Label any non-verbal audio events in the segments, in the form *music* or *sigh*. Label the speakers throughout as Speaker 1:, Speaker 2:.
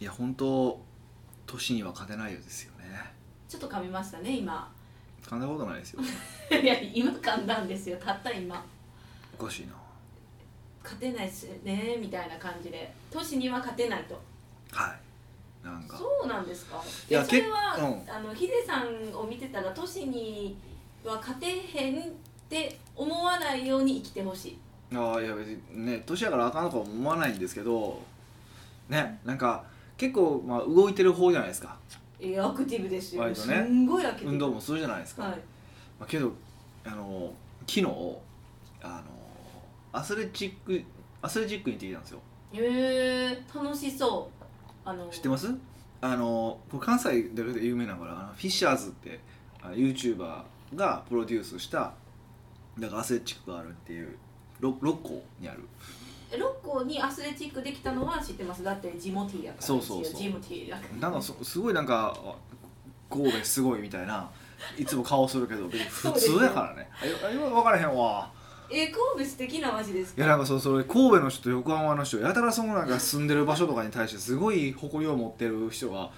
Speaker 1: いや本当年には勝てないようですよね
Speaker 2: ちょっと噛みましたね今 *laughs*
Speaker 1: 噛んだことないですよ
Speaker 2: いや今噛んだんですよたった今
Speaker 1: おかしいな
Speaker 2: 勝てないっすねみたいな感じで年には勝てないと
Speaker 1: はいなんか
Speaker 2: そうなんですか
Speaker 1: いや
Speaker 2: えそれ
Speaker 1: け
Speaker 2: は、
Speaker 1: う
Speaker 2: あのヒデさんを見てたら年には勝てへんって思わないように生きてほしい
Speaker 1: ああいや別にね年やからあかんとか思わないんですけどねなんか結構まあ動いてる方じゃないですか
Speaker 2: えアクティブですよ、
Speaker 1: 割と
Speaker 2: す
Speaker 1: ね
Speaker 2: んごいアクティブ
Speaker 1: 運動もするじゃないですか、
Speaker 2: はい
Speaker 1: まあ、けどあの昨日あのアスレチックアスレチックに行ってきたんですよ
Speaker 2: へえ楽しそうあの
Speaker 1: 知ってますあのこれ関西で有名なのからあのフィッシャーズってあ YouTuber がプロデュースしただからアスレチックがあるっていうろ六甲にある
Speaker 2: 六甲にアスレチックできたのは知ってますだってジモティーやからですよ
Speaker 1: そうそうそう
Speaker 2: ジモティーだか
Speaker 1: なんかそすごいなんかあ神戸すごいみたいないつも顔するけど別に普通やからねあよあよく分からへんわ
Speaker 2: らえ神戸素敵な街で
Speaker 1: い
Speaker 2: すか
Speaker 1: やなんかそうそれ神戸の人と横浜の人やたらそのなんか住んでる場所とかに対してすごい誇りを持ってる人が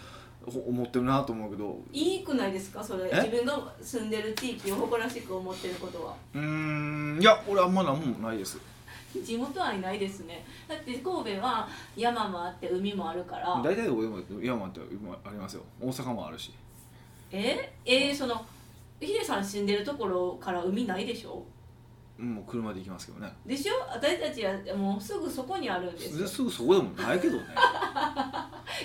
Speaker 1: ほ思ってるなと思うけど
Speaker 2: いいくないですかそれ
Speaker 1: え
Speaker 2: 自分が住んでる地域を誇らしく思ってることは
Speaker 1: うーんいや俺あんまなんもないです
Speaker 2: 地元愛ないですねだって神戸は山もあって海もあるから
Speaker 1: 大体どこでも山って今ありますよ大阪もあるし
Speaker 2: ええー、そのヒデさん住んでるところから海ないでしょ
Speaker 1: もう車で行きますけどね
Speaker 2: でしょ私たちはもうすぐそこにあるんですよ
Speaker 1: すぐそこでもないけどね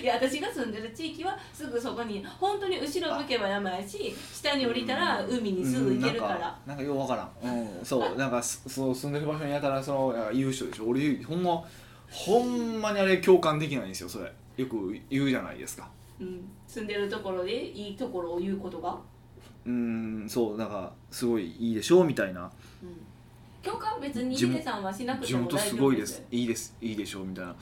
Speaker 2: いや私が住んでる地域はすぐそこに本当に後ろ向けば山やし下に降りたら海にすぐ行けるから、
Speaker 1: うんなんかなんかようわからん、うん、
Speaker 2: *laughs*
Speaker 1: そうなんかすそう住んでる場所にやたらそのなんか言う人でしょ俺ほんまほんまにあれ共感できないんですよそれよく言うじゃないですか
Speaker 2: うん、住んでるところでいいところを言うことが、
Speaker 1: うーんそうなんかすごいいいでしょうみたいな
Speaker 2: うん、共感別に
Speaker 1: 地
Speaker 2: ヒ
Speaker 1: 元
Speaker 2: デさんはしなく
Speaker 1: 地
Speaker 2: ても
Speaker 1: 元
Speaker 2: 大
Speaker 1: す
Speaker 2: 丈夫
Speaker 1: ごい
Speaker 2: で
Speaker 1: ですすいいですいいでしょうみたいな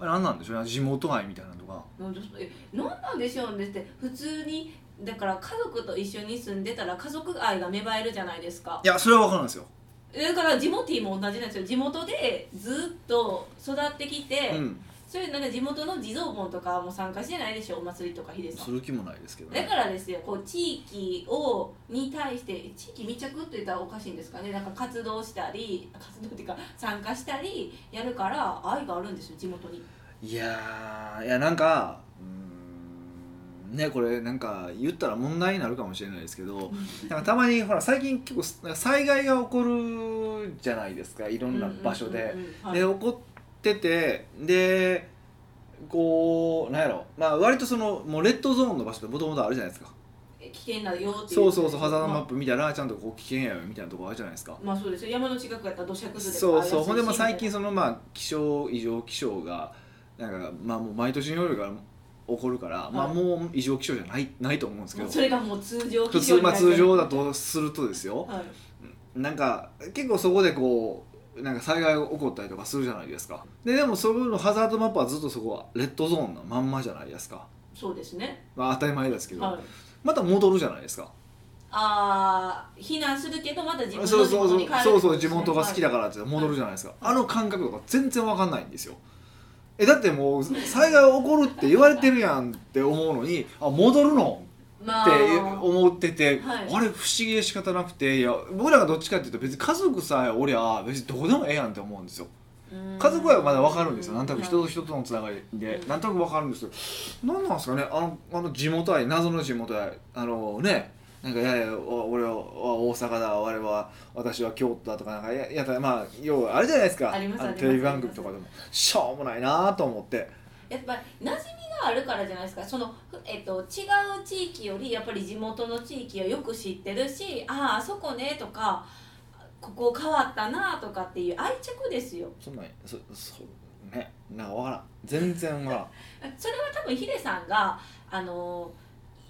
Speaker 1: あれ何なんでしょうね地元愛みたいなのとか
Speaker 2: なんでえなんなんでしょうねって普通にだから家族と一緒に住んでたら家族愛が芽生えるじゃないですか
Speaker 1: いやそれは分かるんですよ、
Speaker 2: だから地元も同じなんですよ地元でずっと育ってきて、
Speaker 1: うん
Speaker 2: それなんか地元の地蔵盆とかも参加してないでしょお祭りとかヒデさん
Speaker 1: する気もないですけど
Speaker 2: だ
Speaker 1: ね
Speaker 2: からですよこう地域をに対して地域密着って言ったらおかしいんですかねなんか活動したり活動っていうか参加したりやるから愛があるんですよ地元に
Speaker 1: いやーいやなんかうーんねこれなんか言ったら問題になるかもしれないですけどなんかたまにほら最近結構なんか災害が起こるじゃないですかいろんな場所で、
Speaker 2: うんうんうんうんはい
Speaker 1: で怒っててでこうなんやろまあ割とそのもうレッドゾーンの場所ってもともとあるじゃないですか
Speaker 2: 危険なよってい
Speaker 1: そうそうそうハザードマッ
Speaker 2: ま
Speaker 1: プ見たらちゃんとこう危険やよみたいなとこあるじゃないですか
Speaker 2: あまあそうですよ山の近くやったら土砂崩れとか
Speaker 1: そうそうほんでまあ最近
Speaker 2: そ
Speaker 1: そのまあ気象異常気象がなんかまあもう毎年のようにが起こるから、まあ
Speaker 2: はい
Speaker 1: もう異常気象じゃないないと思うんですけど
Speaker 2: それがもう通常
Speaker 1: 普
Speaker 2: 気
Speaker 1: 通
Speaker 2: 象に
Speaker 1: ま
Speaker 2: な
Speaker 1: あ
Speaker 2: っ
Speaker 1: 通常
Speaker 2: だ
Speaker 1: だとするとですよ
Speaker 2: はい
Speaker 1: なんか結構そこでこうなんか災害が起こったりとかするじゃないですかででもそのハザードマップはずっとそこはレッドゾーンのまんまじゃないですか、
Speaker 2: そうですね
Speaker 1: まあ、当たり前ですけど、
Speaker 2: はい
Speaker 1: また戻るじゃないですか
Speaker 2: ああ避難するけどまた自分の
Speaker 1: そう
Speaker 2: 地
Speaker 1: そう
Speaker 2: 元
Speaker 1: そう
Speaker 2: に帰る
Speaker 1: そうそう地元が好きだ
Speaker 2: か
Speaker 1: からって戻るじゃないですか、あの感覚とか全然わかんないんですよえだってもう災害起こるって言われてるやんって思うのにあ戻るの
Speaker 2: ら
Speaker 1: って
Speaker 2: まあ
Speaker 1: 思ってて、
Speaker 2: はい
Speaker 1: あれ不思議で仕方なくていや僕らがどっちかっていうと別に家族さえおりゃ別にどこでもええやんって思うんですよ家族はまだわかるんですよなんとなく人と人とのつながりで
Speaker 2: うん
Speaker 1: なんとなくわかるんですけどなんなんですかねあのあの地元愛謎の地元愛あのねなんかいやいやお俺は大阪だ我は私は京都だとかなんかややたらまあ要はあれじゃないですか
Speaker 2: あります
Speaker 1: の
Speaker 2: あります
Speaker 1: テレビ番組とかでもしょうもないなと思って
Speaker 2: やっぱり馴染みがあるからじゃないですかその、ふえっと、違う地域よりやっぱり地元の地域をよく知ってるしあああそこねとかここ変わったなとかっていう愛着ですよ
Speaker 1: そんなんそそねなんかわからん全然わか
Speaker 2: それは多分ヒデさんがあの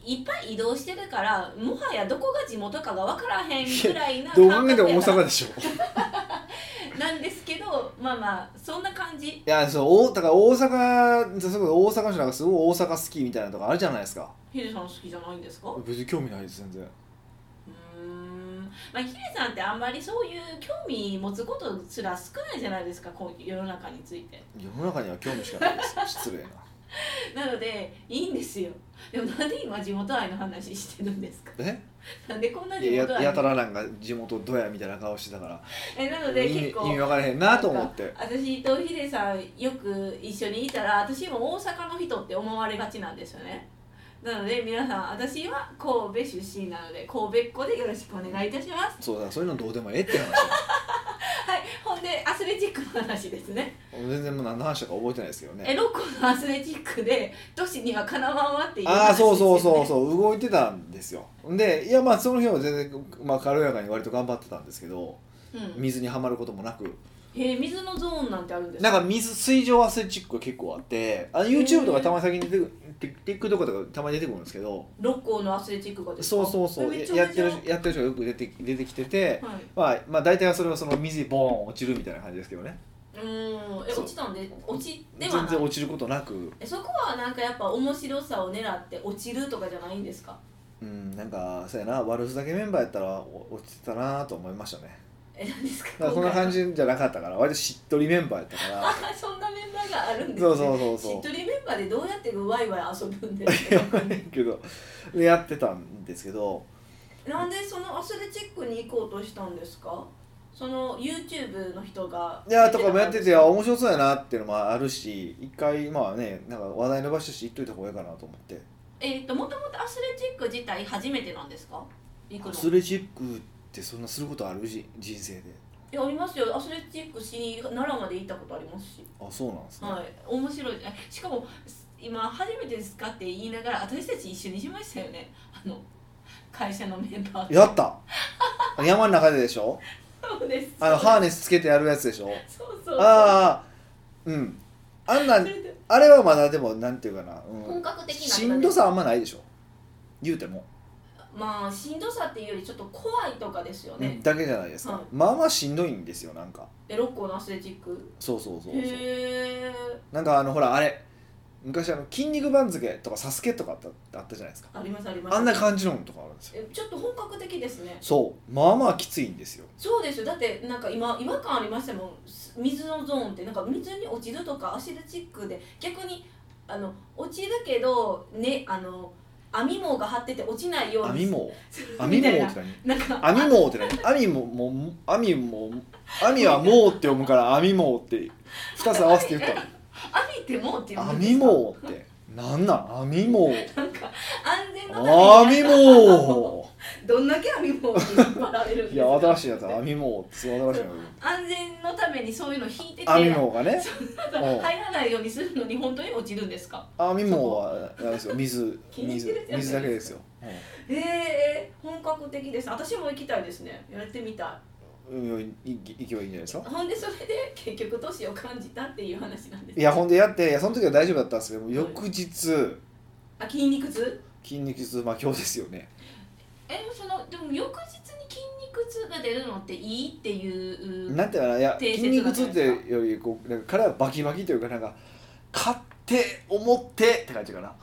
Speaker 2: いっぱい移動してるからもはやどこが地元かが分からへんぐらいな
Speaker 1: ら
Speaker 2: *laughs*
Speaker 1: ん *laughs* どう考えても大
Speaker 2: 感覚
Speaker 1: 阪
Speaker 2: や
Speaker 1: でしょい
Speaker 2: からなんですけどまあまあそんな感じ
Speaker 1: やそうおだから大阪すごい大阪の人なんかすごい大阪好きみたいなとかあるじゃないですか
Speaker 2: *laughs* ヒデさん好きじゃないんですかう
Speaker 1: 別に興味ないです全然
Speaker 2: ーんまあヒデさんってあんまりそういう興味持つことすら少ないじゃないですかこう世の中について
Speaker 1: 世の中には興味しかないです失礼な
Speaker 2: なのでいいんですよでもなんで今地元愛の話してるんですか *laughs*
Speaker 1: え
Speaker 2: なんでこんない地
Speaker 1: や
Speaker 2: 元
Speaker 1: や
Speaker 2: 愛
Speaker 1: やたらなんか地元どやみたいな顔してたから
Speaker 2: えなの
Speaker 1: 意
Speaker 2: で
Speaker 1: 味
Speaker 2: 結
Speaker 1: 意味
Speaker 2: 構
Speaker 1: 分からへんなと思って
Speaker 2: 私とヒデさんよく一緒にいたら私も大阪の人って思われがちなんですよねなので皆さん私は神戸出身なので神戸っ子でよろしくお願いいたします
Speaker 1: そうだそういうのどうでもええって話
Speaker 2: はいほんでアスレチックの話ですね
Speaker 1: 全然もう何の話だか覚えてないですけど
Speaker 2: え
Speaker 1: ね
Speaker 2: ロッコのアスレチックで都市にはかなわんわっていう
Speaker 1: ああそうそうそう
Speaker 2: う
Speaker 1: そう動いてたんですよでいやまあその日は全然、まあ、軽やかに割と頑張ってたんですけど
Speaker 2: うん、
Speaker 1: 水にはまることもなく
Speaker 2: えー水のゾーンなんてあるんです
Speaker 1: な
Speaker 2: か
Speaker 1: んか水水上アスレチックが結構あってあの YouTube とかたまに先に出てくる TikTok とかたまに出てくるんですけど
Speaker 2: 六甲のアスレチックがですか
Speaker 1: そうそうそう
Speaker 2: えめ
Speaker 1: や
Speaker 2: っちゃ
Speaker 1: やってる
Speaker 2: 面白い
Speaker 1: やってる人がよく出て出てきてて、
Speaker 2: はい
Speaker 1: まあ、まあ大体はそれはその水にボーン落ちるみたいな感じですけどね
Speaker 2: うーんえ
Speaker 1: そう
Speaker 2: 落ちたんで落ちで
Speaker 1: 全
Speaker 2: はな
Speaker 1: 然
Speaker 2: い
Speaker 1: 落ちることなく
Speaker 2: えそこはなんかやっぱ面白さを狙って落ちるとかじゃないんですか
Speaker 1: うんなんかそうやな悪ふざけメンバーやったらお落ちてたなと思いましたね
Speaker 2: え何ですか
Speaker 1: だからそんな感
Speaker 2: 今
Speaker 1: じじゃなかったから割としっとりメンバーやったから
Speaker 2: *laughs* 回は *laughs* そんなメンバーがあるんですね
Speaker 1: そうそうそう
Speaker 2: し
Speaker 1: そ
Speaker 2: っ
Speaker 1: う
Speaker 2: とりメンバーでどうやってワイワイ遊ぶんです
Speaker 1: や *laughs*
Speaker 2: か
Speaker 1: ばいけどでやってたんですけど
Speaker 2: なんでそのアスレチックに行こうとしたんですかその YouTube の人が
Speaker 1: いやとかもやって
Speaker 2: *laughs*
Speaker 1: てあ面白そうやなっていうのもあるし一回まあねなんか話題伸ばしたし言っといた方がいいかなと思って
Speaker 2: えっ、ともともとアスレチック自体初めてなんですか行くの
Speaker 1: アスレチックってそんなすることあるじ人生で
Speaker 2: いやありますよアスレチックしに奈良まで行ったことありますし、
Speaker 1: あそうなんですね、
Speaker 2: はい面白いえしかもす今初めてですかって言いながら私たち一緒にしましたよねあの会社のメン
Speaker 1: *laughs*
Speaker 2: バーと
Speaker 1: やったあ山の中ででしょ
Speaker 2: そうです
Speaker 1: あのハーネスつけてやるやつでしょ
Speaker 2: そうそうそう
Speaker 1: ああうんあんな
Speaker 2: それで
Speaker 1: あれはまだでもなんていうかな、う
Speaker 2: 本
Speaker 1: ん、
Speaker 2: 格的な
Speaker 1: しんどさあんまないでしょ言うても、
Speaker 2: まあしんどさっていうよりちょっと怖いとかですよ
Speaker 1: う
Speaker 2: ね
Speaker 1: ん、だけじゃないですか、
Speaker 2: はい
Speaker 1: まあまあしんどいんですよなんか
Speaker 2: え六甲のアスレチック
Speaker 1: そうそうそうそう
Speaker 2: へえ
Speaker 1: なんかあのほらあれ昔あの筋肉番付とかサスケとかあったあったじゃないですか
Speaker 2: ありますあります
Speaker 1: あんな感じのとかあるんですよ
Speaker 2: えちょっと本格的ですね
Speaker 1: そうまあまあきついんですよ
Speaker 2: そうですよだってなんか今違和感ありましたもんす水のゾーンってなんか水に落ちるとかアシルチックで逆にあの落ちるけどねあの網網が張ってて落ちないよう
Speaker 1: 網
Speaker 2: に
Speaker 1: 網
Speaker 2: する
Speaker 1: 網網
Speaker 2: み
Speaker 1: って
Speaker 2: たいななんか
Speaker 1: 何網網って何網ももう網も網は網って読むから網網って二つ合わせて言ったの
Speaker 2: 網ってもうっていうんです
Speaker 1: 網
Speaker 2: か
Speaker 1: 網ってなんなん網網
Speaker 2: なんか安全のた
Speaker 1: 網
Speaker 2: めに
Speaker 1: 網
Speaker 2: どんだけ網網って引っ張られるんです
Speaker 1: い
Speaker 2: か
Speaker 1: や新しいやつ網網ってすごい新しい
Speaker 2: 安全のためにそういうの引いてて
Speaker 1: やつ網網がねうん
Speaker 2: 入らないようにするのに本当に落ちるんですか
Speaker 1: 網網はあれですよ水
Speaker 2: 気に入っ
Speaker 1: 水
Speaker 2: てるじゃないですか
Speaker 1: 水だけですよ、うん
Speaker 2: ええ本格的です私も行きたいですねやってみた
Speaker 1: うん、いいけばいいんじゃないですか
Speaker 2: いほんでそれで結局都市を感じたっていう話なんです
Speaker 1: いやほんでやっていやその時は大丈夫だったんですけど翌日
Speaker 2: あ筋肉痛
Speaker 1: 筋肉痛まあ今日ですよね
Speaker 2: えそのでも翌日に筋肉痛が出るのっていいっていう
Speaker 1: なんていうかないや
Speaker 2: 定
Speaker 1: 筋
Speaker 2: 説
Speaker 1: 肉
Speaker 2: だった
Speaker 1: 痛
Speaker 2: ん
Speaker 1: っ
Speaker 2: ですか
Speaker 1: てよりこうなんか体がバキバキというかなんか買って思ってって感じかな、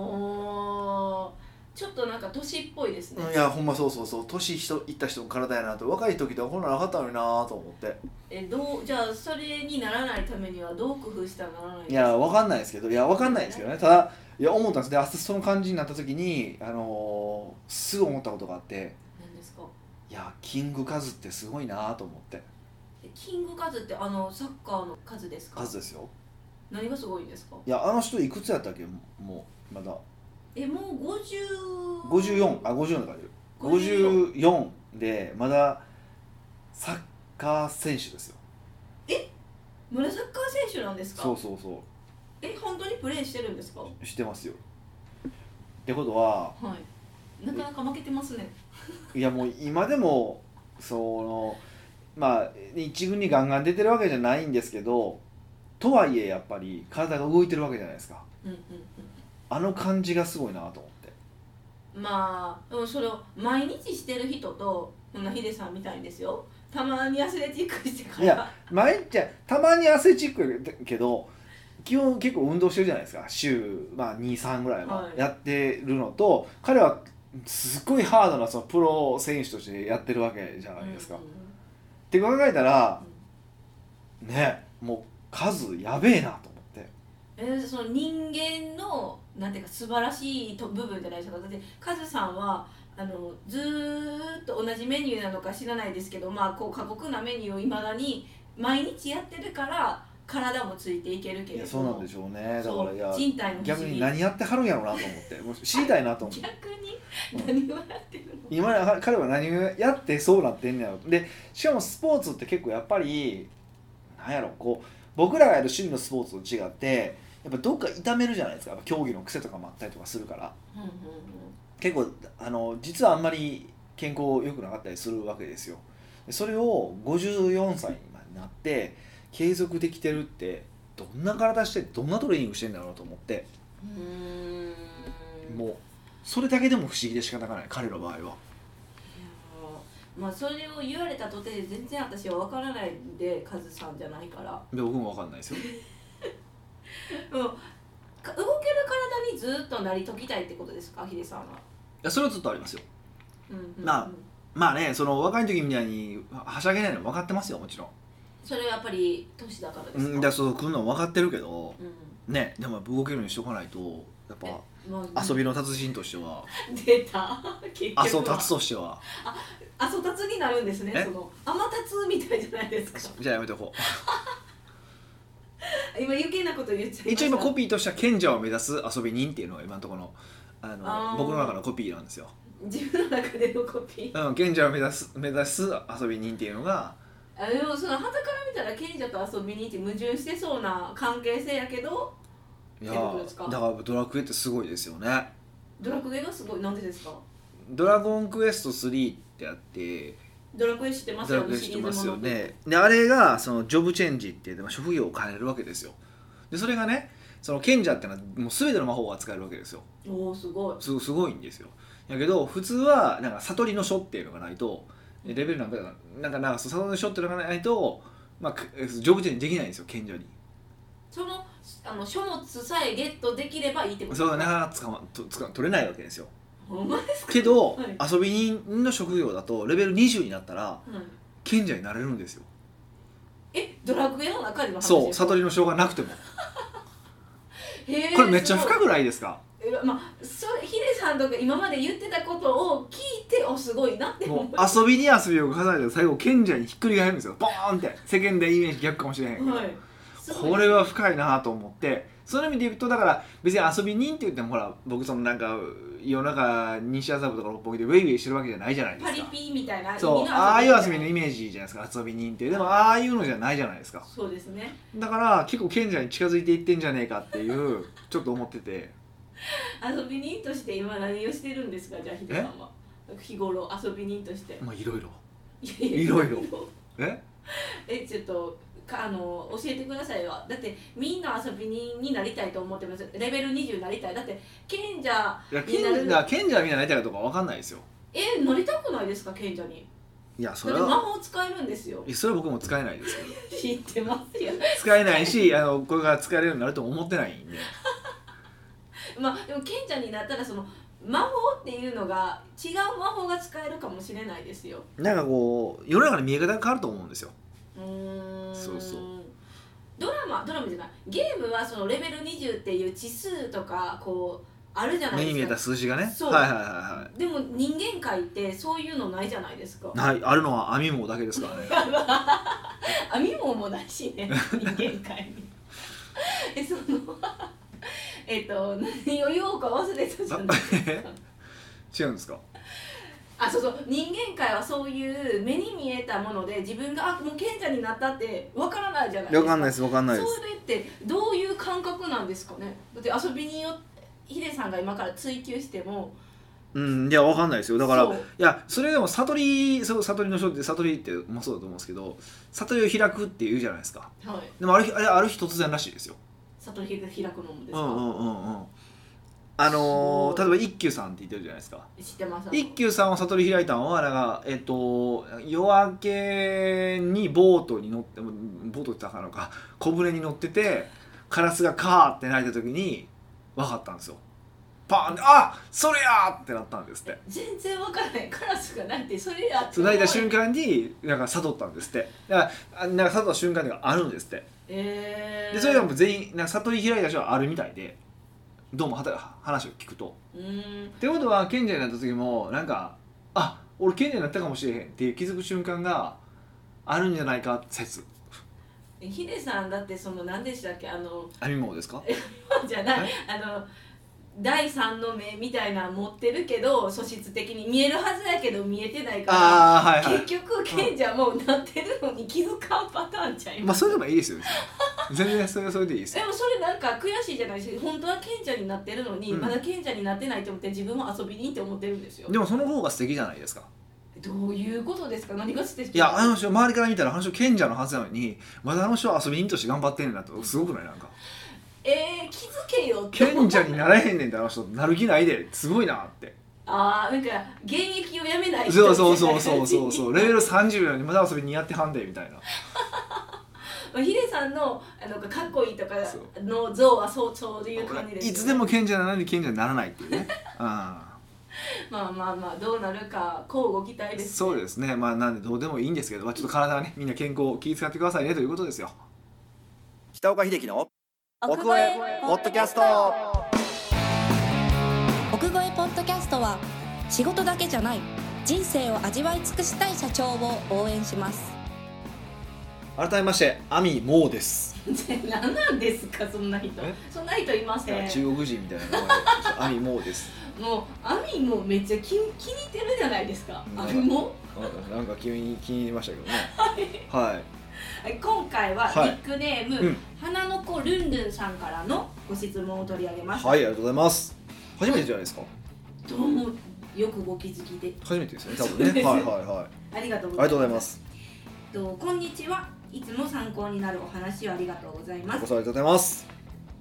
Speaker 2: おーちょっとなんか都市っぽいですね、
Speaker 1: いやほんまそうそうそう年人いった人の体やなと若い時ってこんなのなかったのになと思って
Speaker 2: えどうじゃあそれにならないためにはどう工夫したらならないん
Speaker 1: い
Speaker 2: ですか
Speaker 1: やわかんないですけどいやわかんないですけどねただいや思ったんですで明日その感じになった時にあのーすぐ思ったことがあって
Speaker 2: 何ですか
Speaker 1: いやキングカズってすごいなと思って
Speaker 2: えキングカズってあのサッカーの数ですか
Speaker 1: カズですよ
Speaker 2: 何がすごいんですか
Speaker 1: いやあの人いくつやったっけもうまだ
Speaker 2: えもう50
Speaker 1: 54あ54だから54でまだサッカー選手ですよ
Speaker 2: 村サッカー選手なんですか
Speaker 1: そうそうそ
Speaker 2: え本当にプレーしてるんですかは
Speaker 1: うしてますよってことはい
Speaker 2: なかなか負けてますね
Speaker 1: いやもう今でもそのまあ一軍にガンガン出てるわけじゃないんですけどとはいえやっぱり体が動いてるわけじゃないですか
Speaker 2: うんうん
Speaker 1: あの感じがすごいなと思って
Speaker 2: うんまあでもそれを毎日してる人とこんなヒデさんみたいですよたまにアスレチックしてから
Speaker 1: いや毎日たまに汗チックだけど基本結構運動してるじゃないですか週、まあ、23ぐらいは
Speaker 2: はい
Speaker 1: やってるのと、彼はすっごいハードなそのプロ選手としてやってるわけじゃないですか。
Speaker 2: うんうんうん
Speaker 1: って考えたらねもう数やべえなと思って
Speaker 2: えーその人間のなんていうか素晴らしいと部分じゃないですかだってカズさんはあのずーっと同じメニューなのか知らないですけど、まあ、こう過酷なメニューをいまだに毎日やってるから体もついていける
Speaker 1: い
Speaker 2: けれ
Speaker 1: や
Speaker 2: ど
Speaker 1: そうなんでしょうねだからいや
Speaker 2: そう人体の不
Speaker 1: 逆
Speaker 2: 思議
Speaker 1: に何やってはるんやろうなと思ってもう知りたいなと思って
Speaker 2: 逆に何をやってるの
Speaker 1: 今彼は何をやってそうなってんねやろでしかもスポーツって結構やっぱりなんやろこう僕らがやる趣味のスポーツと違ってやっぱどっか痛めるじゃないですかやっぱ競技の癖とかもあったりとかするから
Speaker 2: うんうんうん
Speaker 1: 結構あの実はあんまり健康良くなかったりするわけですよでそれを54歳になって継続できてるってどんな体してどんなトレーニングしてんだろうと思って
Speaker 2: うーん
Speaker 1: もうそれだけでも不思議で仕方がない彼の場合は。
Speaker 2: いやーまあそれを言われたとて全然私は分からないんでカズさんじゃないから、
Speaker 1: で僕も分かんないですよ
Speaker 2: うん、か動ける体にずっとなりときたいってことですかヒデさんは、
Speaker 1: いやそれはずっとありますよ
Speaker 2: うんうんうん
Speaker 1: まあまあねその若い時みたいにははしゃげないの分かってますよもちろん
Speaker 2: それはやっぱり年だからで
Speaker 1: う
Speaker 2: す
Speaker 1: ん
Speaker 2: か
Speaker 1: だからそう来るの分かってるけど
Speaker 2: う
Speaker 1: ねでもやっぱ動けるようにしとかないとやっ
Speaker 2: んもう
Speaker 1: ぱ遊びの達人としては
Speaker 2: *laughs* 出た結
Speaker 1: 阿
Speaker 2: 局
Speaker 1: 蘇
Speaker 2: は
Speaker 1: 達としては
Speaker 2: 阿蘇達になるんですね
Speaker 1: え
Speaker 2: その天達みたいじゃないですか
Speaker 1: じゃあやめておこう
Speaker 2: 今余計なこと言っちゃいました
Speaker 1: 一応今コピーとしては賢者を目指す遊び人っていうのが今のところのあの
Speaker 2: あー
Speaker 1: 僕の中のコピーなんですよ、
Speaker 2: 自分の中でのコピー
Speaker 1: うん、賢者を目指す目指す遊び人っていうのが
Speaker 2: あでもその旗から見たら賢者と遊びに行って矛盾してそうな関係性やけど
Speaker 1: いや
Speaker 2: ってことですか
Speaker 1: だからドラクエってすごいですよね
Speaker 2: ドラクエがすごいなんでですか
Speaker 1: ドラゴンクエスト3ってあって
Speaker 2: ドラクエ知ってます
Speaker 1: ド
Speaker 2: よ
Speaker 1: ラクエしてますよ
Speaker 2: シリーズもの
Speaker 1: ねであれがそのジョブチェンジって言ってまあ職業を変えるわけですよでそれがねその賢者ってのはもう全ての魔法が使えるわけですよ
Speaker 2: おおすごい
Speaker 1: すすごいんですよやけど普通はなんか悟りの書っていうのがないとレベルなんかだからなんかなんかそう悟りの書っていうのがないと、まあ、くジョブチェンジできないんですよ賢者に
Speaker 2: そのあの書物さえゲットできればいいってこと
Speaker 1: それはなかなかつかまとつか取れないわけですよ
Speaker 2: ほんまですか
Speaker 1: けど、
Speaker 2: はい
Speaker 1: 遊び人の職業だとレベル20になったら
Speaker 2: はい
Speaker 1: 賢者になれるんですよ
Speaker 2: えドラクエの中でも
Speaker 1: そう悟りの書がなくても
Speaker 2: り
Speaker 1: これめっちゃ深くないですか
Speaker 2: まあそれヒデさんとか今まで言ってたことを聞いておすごいなって
Speaker 1: も
Speaker 2: 思いう
Speaker 1: 遊びに遊びを重ねて最後賢者にひっくり返るんですよボーンって世間でイメージ逆かもしれへんけど、
Speaker 2: はいすごい
Speaker 1: これは深いなと思ってその意味で言うとだから別に遊び人って言ってもほら僕そのなんか夜中西麻布とか六本木でウェイウェイしてるわけじゃないじゃないで
Speaker 2: パ
Speaker 1: す
Speaker 2: リ
Speaker 1: か
Speaker 2: ピみたいな
Speaker 1: そうああいう遊びの
Speaker 2: に
Speaker 1: イメージじゃないですか遊び人ってでもああいうのじゃないじゃないですか
Speaker 2: そうですね
Speaker 1: だから結構賢者に近づいていってんじゃねえかっていうちょっと思ってて
Speaker 2: 遊び人として今何をしてるんですかじゃあヒデさんは日頃遊び人として
Speaker 1: まあいろいろ
Speaker 2: い
Speaker 1: いろいろえ
Speaker 2: *laughs* えちょっとかあの教えてくださいよだってみんな遊び人になりたいと思ってますレベル20になりたいだって賢者
Speaker 1: いや
Speaker 2: み
Speaker 1: 賢
Speaker 2: んな
Speaker 1: 者だから賢者はみんななりたいかどうかわかんないですよ
Speaker 2: え乗りたくないですか賢者に
Speaker 1: いやそ
Speaker 2: だっ
Speaker 1: れ
Speaker 2: て魔
Speaker 1: は
Speaker 2: 法使えるんですよ *laughs*
Speaker 1: いやそれは僕も使えないですけど
Speaker 2: 知ってますよ
Speaker 1: 使えない *laughs* しあのこれから使えるようになるとも思ってないんで
Speaker 2: まあでも賢者になったらその魔法っていうのが違う魔法が使えるかもしれないですよ
Speaker 1: なんかこう世の中の見え方が変わると思うんですよ
Speaker 2: うーん
Speaker 1: そうそう
Speaker 2: ドラマドラマじゃないゲームはそのレベル20っていう地数とかこうあるじゃな
Speaker 1: 目
Speaker 2: い
Speaker 1: に見え
Speaker 2: ですか
Speaker 1: た数字がねはい
Speaker 2: そう
Speaker 1: はいは
Speaker 2: でも人間界ってそういうのないじゃないで
Speaker 1: *laughs*
Speaker 2: すか
Speaker 1: いはいないあるのは網網だけです *laughs* からね
Speaker 2: 編み物もないしね人間界に *laughs* えその *laughs* えっと何を言おうか忘れたじゃないですか
Speaker 1: 違うんですか
Speaker 2: あそうそう人間界はそういう目に見えたもので自分があもう賢者になったってわからないじゃないですか
Speaker 1: いですわかん
Speaker 2: それってどういう感覚なんですかねだって遊びによってヒデさんが今から追求しても
Speaker 1: うんいやわかんないですよだから
Speaker 2: そう
Speaker 1: いやそれでも悟りそう悟りの書って悟りってもそうだと思うんですけど悟りを開くっていうじゃないですか
Speaker 2: はい
Speaker 1: でもある日あれある日突然らしいですよ
Speaker 2: 悟りが開くのも
Speaker 1: う
Speaker 2: ですか、
Speaker 1: んうんうんうんあのー
Speaker 2: そう
Speaker 1: 例えば一休さんって言ってるじゃないですか
Speaker 2: 知ってます
Speaker 1: 一休さんを悟り開いたのはなんか、えっと、夜明けにボートに乗ってもうボートって言ったらあかんのか小舟に乗っててカラスがカーって鳴いた時に分かったんですよパーンって「あそれや!」ってなったんですって
Speaker 2: 全然わからないカラスがないってそれやって
Speaker 1: そう鳴いた瞬間になんか悟ったんですってだからあなんか悟った瞬間があるんですって
Speaker 2: えー、
Speaker 1: でそれがもう全員なんか悟り開いた人はあるみたいでどうもはた話を聞くと。
Speaker 2: うーん
Speaker 1: ってことは賢者になった時もなんかあ俺賢者になったかもしれへんっていう気づく瞬間があるんじゃないか説
Speaker 2: えヒデさんだってその何でしたっけあの *laughs*
Speaker 1: 編み物ですか
Speaker 2: じゃないあの第三の目みたいなの持ってるけど素質的に見えるはずやけど見えてないか
Speaker 1: ああ
Speaker 2: ら
Speaker 1: はいは
Speaker 2: 結局賢者もうなってるのに気づかんパターンちゃい
Speaker 1: いま
Speaker 2: ま
Speaker 1: あ
Speaker 2: す、
Speaker 1: それでもいいですよ別に全然それはそれでいいです
Speaker 2: *laughs* でもそれなんか悔しいじゃないし本当は賢者になってるのに、
Speaker 1: うん
Speaker 2: まだ賢者になってないと思って自分も遊びにって思ってるんですよ
Speaker 1: でもその方が素敵じゃないですか
Speaker 2: どういうことですか何が素敵
Speaker 1: いやあの人周りから見たらあの人賢者のはずなのにまだあの人は遊び人として頑張ってんねんなとすごくないなんか
Speaker 2: えー、気づけよって思う
Speaker 1: 賢者になれへんねんってあの人なる気ないですごいなって
Speaker 2: ああなんか現役をやめない
Speaker 1: そうそうそうそうそう
Speaker 2: う
Speaker 1: そうレベル30なのにまだ遊びにやってはんでみたいな
Speaker 2: *laughs* ヒデさんのあのかっこいいとか
Speaker 1: そ
Speaker 2: の像はそうそういう感じです、
Speaker 1: いつでも賢者なのに賢者にならないって
Speaker 2: *laughs*
Speaker 1: いうね、う
Speaker 2: まあまあまあどうなるか乞うご期待で
Speaker 1: ん、
Speaker 2: す
Speaker 1: そうですねまあなんでどうでもいいんですけど、まあ、ちょっと体はねみんな健康を気遣ってくださいねということですよ
Speaker 3: 北岡秀樹の奥越えポッドキャスト
Speaker 4: 奥越えポッドキャストは仕事だけじゃない人生を味わい尽くしたい社長を応援します
Speaker 1: 改めましてアミモーです
Speaker 2: 何なんですかそんな人
Speaker 1: え
Speaker 2: そんな人いません
Speaker 1: 中国人みたいな名前でアミモー
Speaker 2: *laughs*
Speaker 1: です
Speaker 2: もうアミもめっちゃ気気に入ってるじゃないですか
Speaker 1: うん
Speaker 2: アミも
Speaker 1: あなんか急に気に入りましたけどねはい
Speaker 2: はい今回は
Speaker 1: はい
Speaker 2: ニックネー
Speaker 1: う
Speaker 2: ム、
Speaker 1: ん
Speaker 2: 花の子ルンルンさんからのご質問を取り上げます、
Speaker 1: はいありがとうございます初めてじゃないですか
Speaker 2: どうもよくご気づきで
Speaker 1: 初めてですよね多
Speaker 2: そう
Speaker 1: 分
Speaker 2: *laughs* で
Speaker 1: ね
Speaker 2: す
Speaker 1: はいはいはいあ
Speaker 2: ありがとうご
Speaker 1: り
Speaker 2: ざ
Speaker 1: がとうご
Speaker 2: います
Speaker 1: ざいます
Speaker 2: えっとこんにちはいつも参考になるお話をありがとうございま
Speaker 1: ご
Speaker 2: す
Speaker 1: 参加ありがとうございます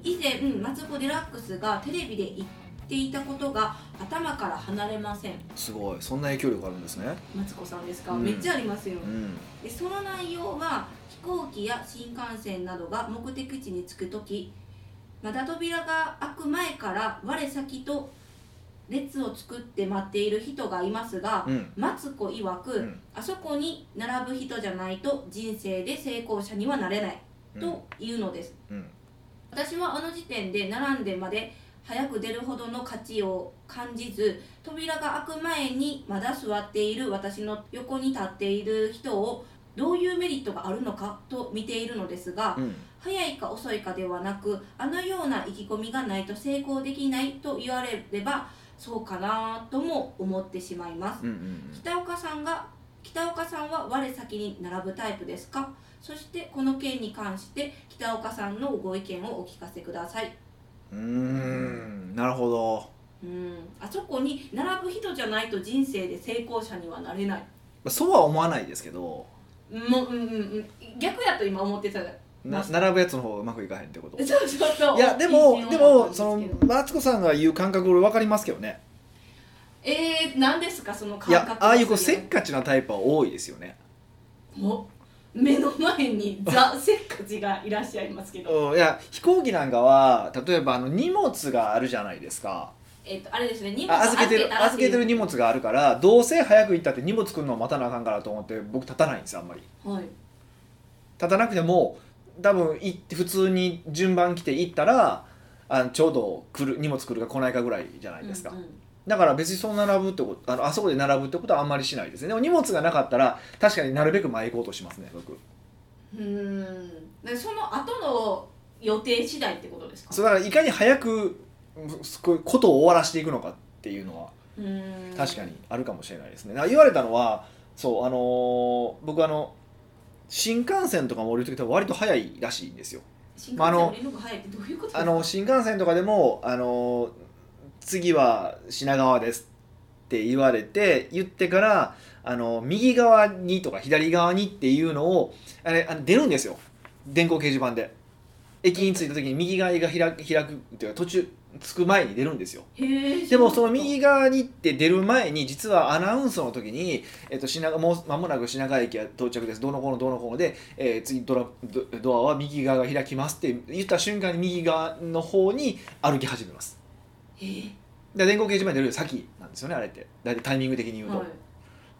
Speaker 2: 以前マツコ・デラックスがテレビで言っていたことが頭から離れません
Speaker 1: すごいそんな影響力あるんですね
Speaker 2: マツコさんですか、
Speaker 1: うん
Speaker 2: めっちゃありますよ
Speaker 1: うん
Speaker 2: でその内容は飛行機や新幹線などが目的地に着く時まだ扉が開く前から我先と列を作って待っている人がいますが、
Speaker 1: うん
Speaker 2: マツコ曰く、
Speaker 1: うん
Speaker 2: あそこに並ぶ人じゃないと人生で成功者にはなれないというのです、
Speaker 1: うん
Speaker 2: 私はあの時点で並んでまで早く出るほどの価値を感じず扉が開く前にまだ座っている私の横に立っている人をどういうメリットがあるのかと見ているのですが、
Speaker 1: うん
Speaker 2: 早いか遅いかではなくあのような意気込みがないと成功できないと言われればそうかなとも思ってしまいます
Speaker 1: うんうん
Speaker 2: 北岡さんが北岡さんは我先に並ぶタイプですかそしてこの件に関して北岡さんのご意見をお聞かせください
Speaker 1: うんうーんなるほど
Speaker 2: うんあそこに並ぶ人じゃないと人生で成功者にはなれない
Speaker 1: まあそうは思わないですけど
Speaker 2: もううんうんうん逆やと今思 *laughs* ってたら
Speaker 1: な
Speaker 2: まあ
Speaker 1: 並ぶやつの方がうまくいかへんってこと
Speaker 2: そうそうそう
Speaker 1: い
Speaker 2: い
Speaker 1: やでもでもそのマツコさんが言う感覚俺分かりますけどね
Speaker 2: えー、何ですかその
Speaker 1: い
Speaker 2: 感
Speaker 1: や
Speaker 2: 覚
Speaker 1: ああいうこうせっかちなタイプは多いですよね
Speaker 2: お目の前にザ・せっかちがいらっしゃいますけど
Speaker 1: うんいや飛行機なんかは例えばあの荷物があるじゃないですか
Speaker 2: えっ、とあれですね荷物
Speaker 1: あ預けてる
Speaker 2: たら
Speaker 1: 預けてる荷物があるからどうせ早く行ったって荷物来るのを待たなあかんからと思って僕立たないんですあんまり
Speaker 2: はい
Speaker 1: 立たなくても多分行って普通に順番来て行ったらあのちょうど来る荷物来るか来ないかぐらいじゃないですか、
Speaker 2: うんうん
Speaker 1: だから別にそう並ぶってことあのあそこで並ぶってことはあんまりしないですねでも荷物がなかったら確かになるべく前行こうとしますね僕
Speaker 2: うーんでその後の予定次第ってことですか
Speaker 1: そうだからいかに早くうんすこうことを終わらしていくのかっていうのは
Speaker 2: うーん
Speaker 1: 確かにあるかもしれないですねだから言われたのはそうあのー僕あの新幹線とかも降りる時多分割と早いらしいんですよ
Speaker 2: 新幹
Speaker 1: まああ
Speaker 2: 線
Speaker 1: の
Speaker 2: 降りるのが早いってどういうことですか
Speaker 1: あの新幹線とかでも、あのー次は品川ですって言われて言ってから、あの右側にとか左側にっていうのをあれあの出るんですよ電光掲示板で駅に着いた時に右側が開く開くっていうか途中着く前に出るんですよ
Speaker 2: へえ
Speaker 1: でもその右側にって出る前に実はアナウンスの時に、えっと、品川もう間もなく品川駅は到着ですどうのこうのどうのこうので、えー次ドラドドアは右側が開きますって言った瞬間に右側の方に歩き始めます
Speaker 2: へえ
Speaker 1: で電光掲示板に出るより先なんですよねあれって大体タイミング的に言うと、
Speaker 2: はい
Speaker 1: っ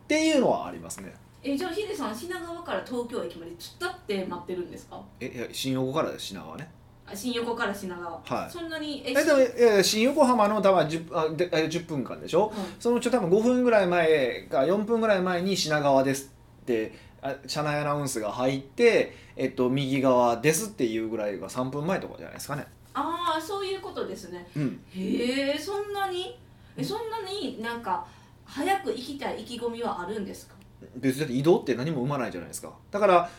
Speaker 1: ていうのはありますね
Speaker 2: えじゃあヒデさん品川から東京駅まで突っ立って待ってるんですか
Speaker 1: えいや新横からです品川ね
Speaker 2: あ新横から品川、
Speaker 1: はい
Speaker 2: そんなにえ
Speaker 1: えでもいやいや新横浜の多分 10, あでえ10分間でしょ
Speaker 2: はい
Speaker 1: そのうち多分5分ぐらい前か4分ぐらい前に品川ですってあ車内アナウンスが入って、えっと、右側ですっていうぐらいが3分前とかじゃないですかね
Speaker 2: ああそういうことですね
Speaker 1: うん
Speaker 2: へえそんなにえそんなになんか早く行きたい意気込みはあるんですか
Speaker 1: 別にだって移動って何も生まないじゃないですかだから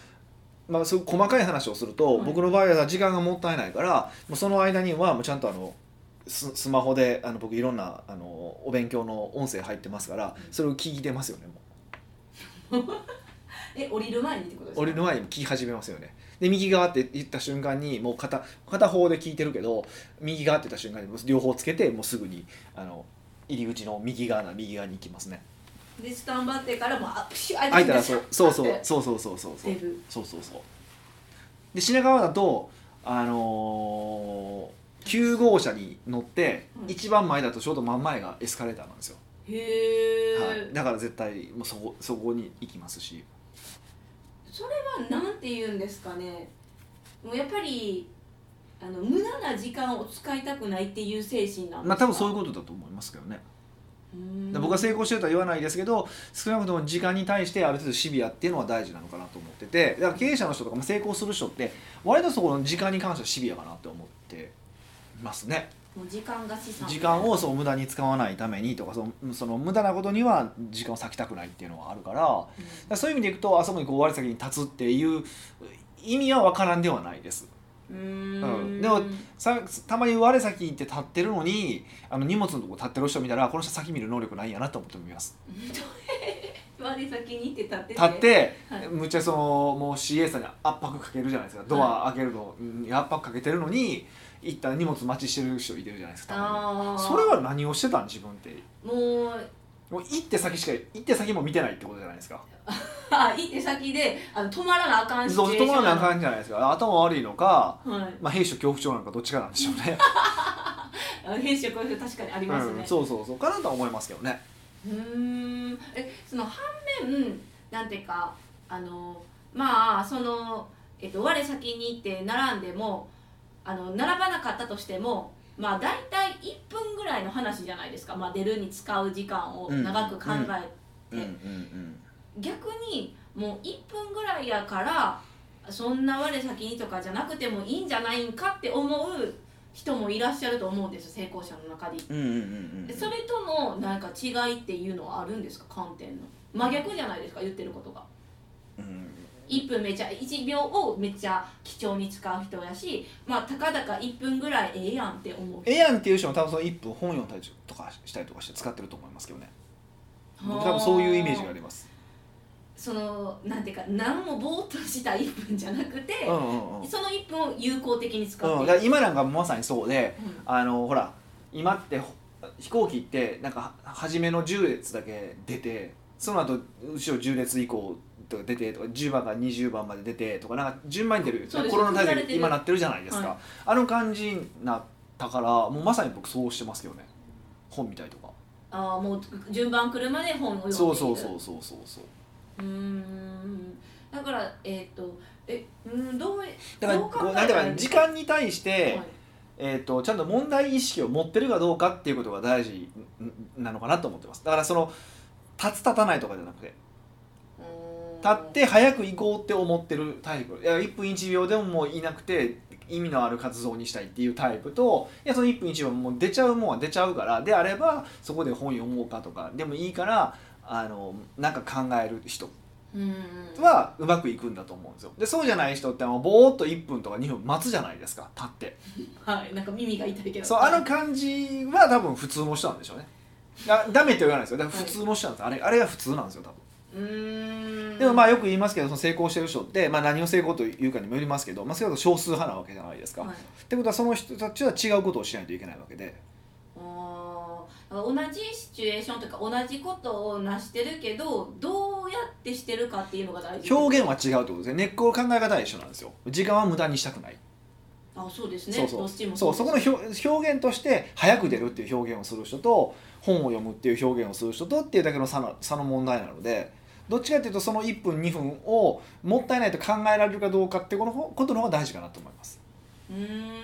Speaker 1: まあ、そう細かい話をすると、
Speaker 2: はい
Speaker 1: 僕の場合は時間がもったいないからもうその間にはもうちゃんとあのススマホであの僕いろんなあのお勉強の音声入ってますからそれを聞いてますよねもう
Speaker 2: え降りる前にってことですか
Speaker 1: 降りる前に聞き始めますよねで右側って言った瞬間にもう片片方で聞いてるけど右側って言った瞬間にもう両方つけてもうすぐにあの入り口の右側な右側に行きますね
Speaker 2: でスタンバってからもうあプシュ開
Speaker 1: 開いたらそうそうそう
Speaker 2: て
Speaker 1: そうそうそうそうそう
Speaker 2: 出る
Speaker 1: そうそうそうで品川だとあのー、9号車に乗って
Speaker 2: うん
Speaker 1: 一番前だとちょうど真ん前がエスカレーターなんですよ、
Speaker 2: へえ、
Speaker 1: はい、だから絶対もうそこそこに行きますし
Speaker 2: それはなんて言うんですかねもうやっぱりあの無駄な時間を使いたくないっていう精神なんですか
Speaker 1: まあ多分そういうことだと思いますけどね
Speaker 2: うん
Speaker 1: で僕は成功してるとは言わないですけど少なくとも時間に対してある程度シビアっていうのは大事なのかなと思っててだから経営者の人とかも成功する人って割とそこの時間に関してはシビアかなって思ってますね
Speaker 2: もう時間が資産
Speaker 1: 時間をそう無駄に使わないためにとかそのその無駄なことには時間を割きたくないっていうのはあるからだか
Speaker 2: うん
Speaker 1: らそういう意味でいくとあそこにこう我先に立つっていう意味は分からんではないです
Speaker 2: う
Speaker 1: うん
Speaker 2: ん
Speaker 1: でもさたまに我先にって立ってるのにあの荷物のとこ立ってる人見たらこの人先見る能力ないんやなと思って見ます
Speaker 2: 我先にって立ってて
Speaker 1: 立って、
Speaker 2: はい
Speaker 1: むっちゃそのもう CA さんに圧迫かけるじゃないですかドア開けるのに圧迫かけてるのに一旦荷物待ちしてる人いてるじゃないですかたま
Speaker 2: あ
Speaker 1: に
Speaker 2: あ
Speaker 1: それは何をしてたん自分って
Speaker 2: もう
Speaker 1: もう行って先しか行って先も見てないってことじゃないですか
Speaker 2: あ行って先であの止まらなあかんシチュエ
Speaker 1: そう
Speaker 2: ーシ
Speaker 1: 止
Speaker 2: ョン
Speaker 1: まらなあかんじゃないですか頭悪いのか、
Speaker 2: はい
Speaker 1: まあ、兵士と恐怖症なのかどっちかなんでしょう
Speaker 2: *laughs*
Speaker 1: ね
Speaker 2: あ編集こういう人確かにありますね、
Speaker 1: うん、そうそうそうかなとは思いますけどね
Speaker 2: うーんえその反面なんていうかあのまあその、えっと、我先にって並んでもあの並ばなかったとしてもまあ大体1分ぐらいの話じゃないですか、まあ、出るに使う時間を長く考えて、うんうん逆にもう1分ぐらいやからそんな我先にとかじゃなくてもいいんじゃないんかって思う人もいらっしゃると思うんです成功者の中で
Speaker 1: うんうんうん
Speaker 2: それとのなんか違いっていうのはあるんですか観点の真逆じゃないですか言ってることが1分めちゃ1秒をめっちゃ貴重に使う人やしまあたかだか1分ぐらいええやんって思う
Speaker 1: ええやんっていう人も多分その1分本読んだりとかしたりとかして使ってると思いますけどね僕多分そういうイメージがあります
Speaker 2: そのなんていうか何もぼーっとした1分じゃなくて、
Speaker 1: うんうんうん
Speaker 2: その1分を有効的に使
Speaker 1: う
Speaker 2: っ
Speaker 1: ん、
Speaker 2: て
Speaker 1: だ
Speaker 2: い
Speaker 1: から今なんかまさにそうで
Speaker 2: く、
Speaker 1: あのほら今ってほ飛行機ってなんかは初めの10列だけ出てその後後ろ10列以降とか出てとか10番から20番まで出てとかなんか順番に出る
Speaker 2: そうです
Speaker 1: コロナ対
Speaker 2: 振られ
Speaker 1: 策
Speaker 2: てる
Speaker 1: 今なってるじゃないですか、
Speaker 2: は
Speaker 1: あの感じになったからもうまさに僕そうしてますけどね本みたいとか
Speaker 2: ああもう順番来るまで本を読んでいく
Speaker 1: そうそうそうそうそうそう
Speaker 2: うーんだからえっ、とえうんどう
Speaker 1: だから
Speaker 2: どう考えた
Speaker 1: こう
Speaker 2: ら
Speaker 1: なんていう
Speaker 2: いい
Speaker 1: か
Speaker 2: の
Speaker 1: 時間に対して、
Speaker 2: はい
Speaker 1: えー、とちゃんと問題意識を持ってるかどうかっていうことが大事んなのかなと思ってますだからその立つ立たないとかじゃなくて
Speaker 2: う
Speaker 1: 立
Speaker 2: ーん
Speaker 1: って早く行こうって思ってるタイプいや1分1秒でももういなくて意味のある活動にしたいっていうタイプといやその1分1秒もう出ちゃうもんは出ちゃうからであればそこで本読もうかとかでもいいからあのなんか考える人
Speaker 2: うん
Speaker 1: はうまくいくんだと思うんですよでそうじゃない人ってもうぼーっと1分とか2分待つじゃないですか立って。
Speaker 2: はい、なんか耳が痛いけど。
Speaker 1: そうあの感じは多分普通の人なんでしょうねだダメって言わないですよだから普通の人なんですよ、あれあれが普通なんですよ多分
Speaker 2: うーん。
Speaker 1: でもまあよく言いますけどその成功してる人って、まあ、何を成功というかにもよりますけど、まあ、それほど少数派なわけじゃないですか、
Speaker 2: はい
Speaker 1: ってことはその人たちは違うことをしないといけないわけで
Speaker 2: あー同じシチュエーションというか同じことをなしてるけどどうやってしてるかっていうのが大事
Speaker 1: 表現は違うってことですね根っこの考え方は一緒なんですよ時間は無駄にしたくない、
Speaker 2: あそうですね
Speaker 1: そうそ
Speaker 2: ど
Speaker 1: う
Speaker 2: っちも
Speaker 1: そうそこの表表現として早く出るっていう表現をする人と本を読むっていう表現をする人とっていうだけの差の差の問題なのでどっちかっていうとその1分2分をもったいないと考えられるかどうかってこのほことの方が大事かなと思います。
Speaker 2: うーん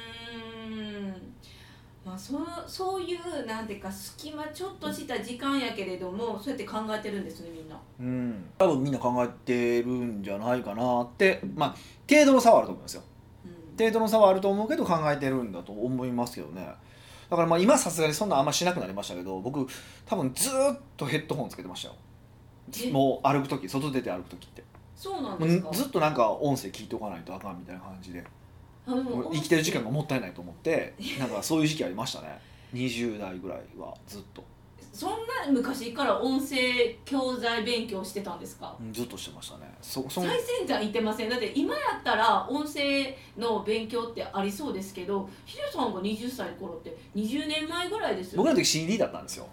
Speaker 2: まあ、そそういうなんていうか隙間ちょっとした時間やけれどもそうやって考えてるんですねみんな
Speaker 1: うん、多分みんな考えてるんじゃないかなってまあ程度の差はあると思いますよ
Speaker 2: うん
Speaker 1: 程度の差はあると思うけど考えてるんだと思いますけどねだからまあ今さすがにそんなあんましなくなりましたけど僕多分ずーっとヘッドホンつけてましたよ
Speaker 2: え
Speaker 1: もう歩く時外出て歩く時って
Speaker 2: そうなん
Speaker 1: も
Speaker 2: ですか
Speaker 1: うずっとなんか音声聞いておかないとあかんみたいな感じで
Speaker 2: あで
Speaker 1: も
Speaker 2: も
Speaker 1: う生きてる時間がもったいないと思ってなんかそういう時期ありましたね20代ぐらいはずっと
Speaker 2: そんな昔から音声教材勉強してたんですか
Speaker 1: うんずっとしてましたねそそん
Speaker 2: 最先端行ってませんだって今やったら音声の勉強ってありそうですけどヒデさんが20歳の頃って20年前ぐらいですよ
Speaker 1: 僕
Speaker 2: ね
Speaker 1: らの時 CD だったんですよ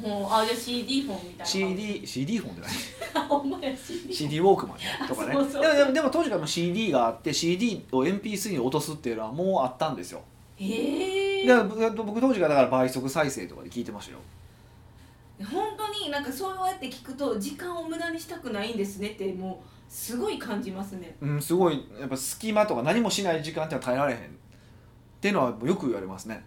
Speaker 2: もうあじゃあ CD フォンみたいな
Speaker 1: CD, CD 本じゃない
Speaker 2: あ *laughs* ほんまや CD
Speaker 1: シ CD ウォークマンねとかね
Speaker 2: そうそう
Speaker 1: でもでもでも当時からもう CD があって CD を MP3 に落とすっていうのはもうあったんですよ
Speaker 2: へえ
Speaker 1: で僕僕当時からだから倍速再生とかで聞いてましたよ
Speaker 2: 本当になんかそうやって聞くと時間を無駄にしたくないんですねってもうすごい感じますね
Speaker 1: うんすごいやっぱ隙間とか何もしない時間ってのは耐えられへんっていうのはよく言われますね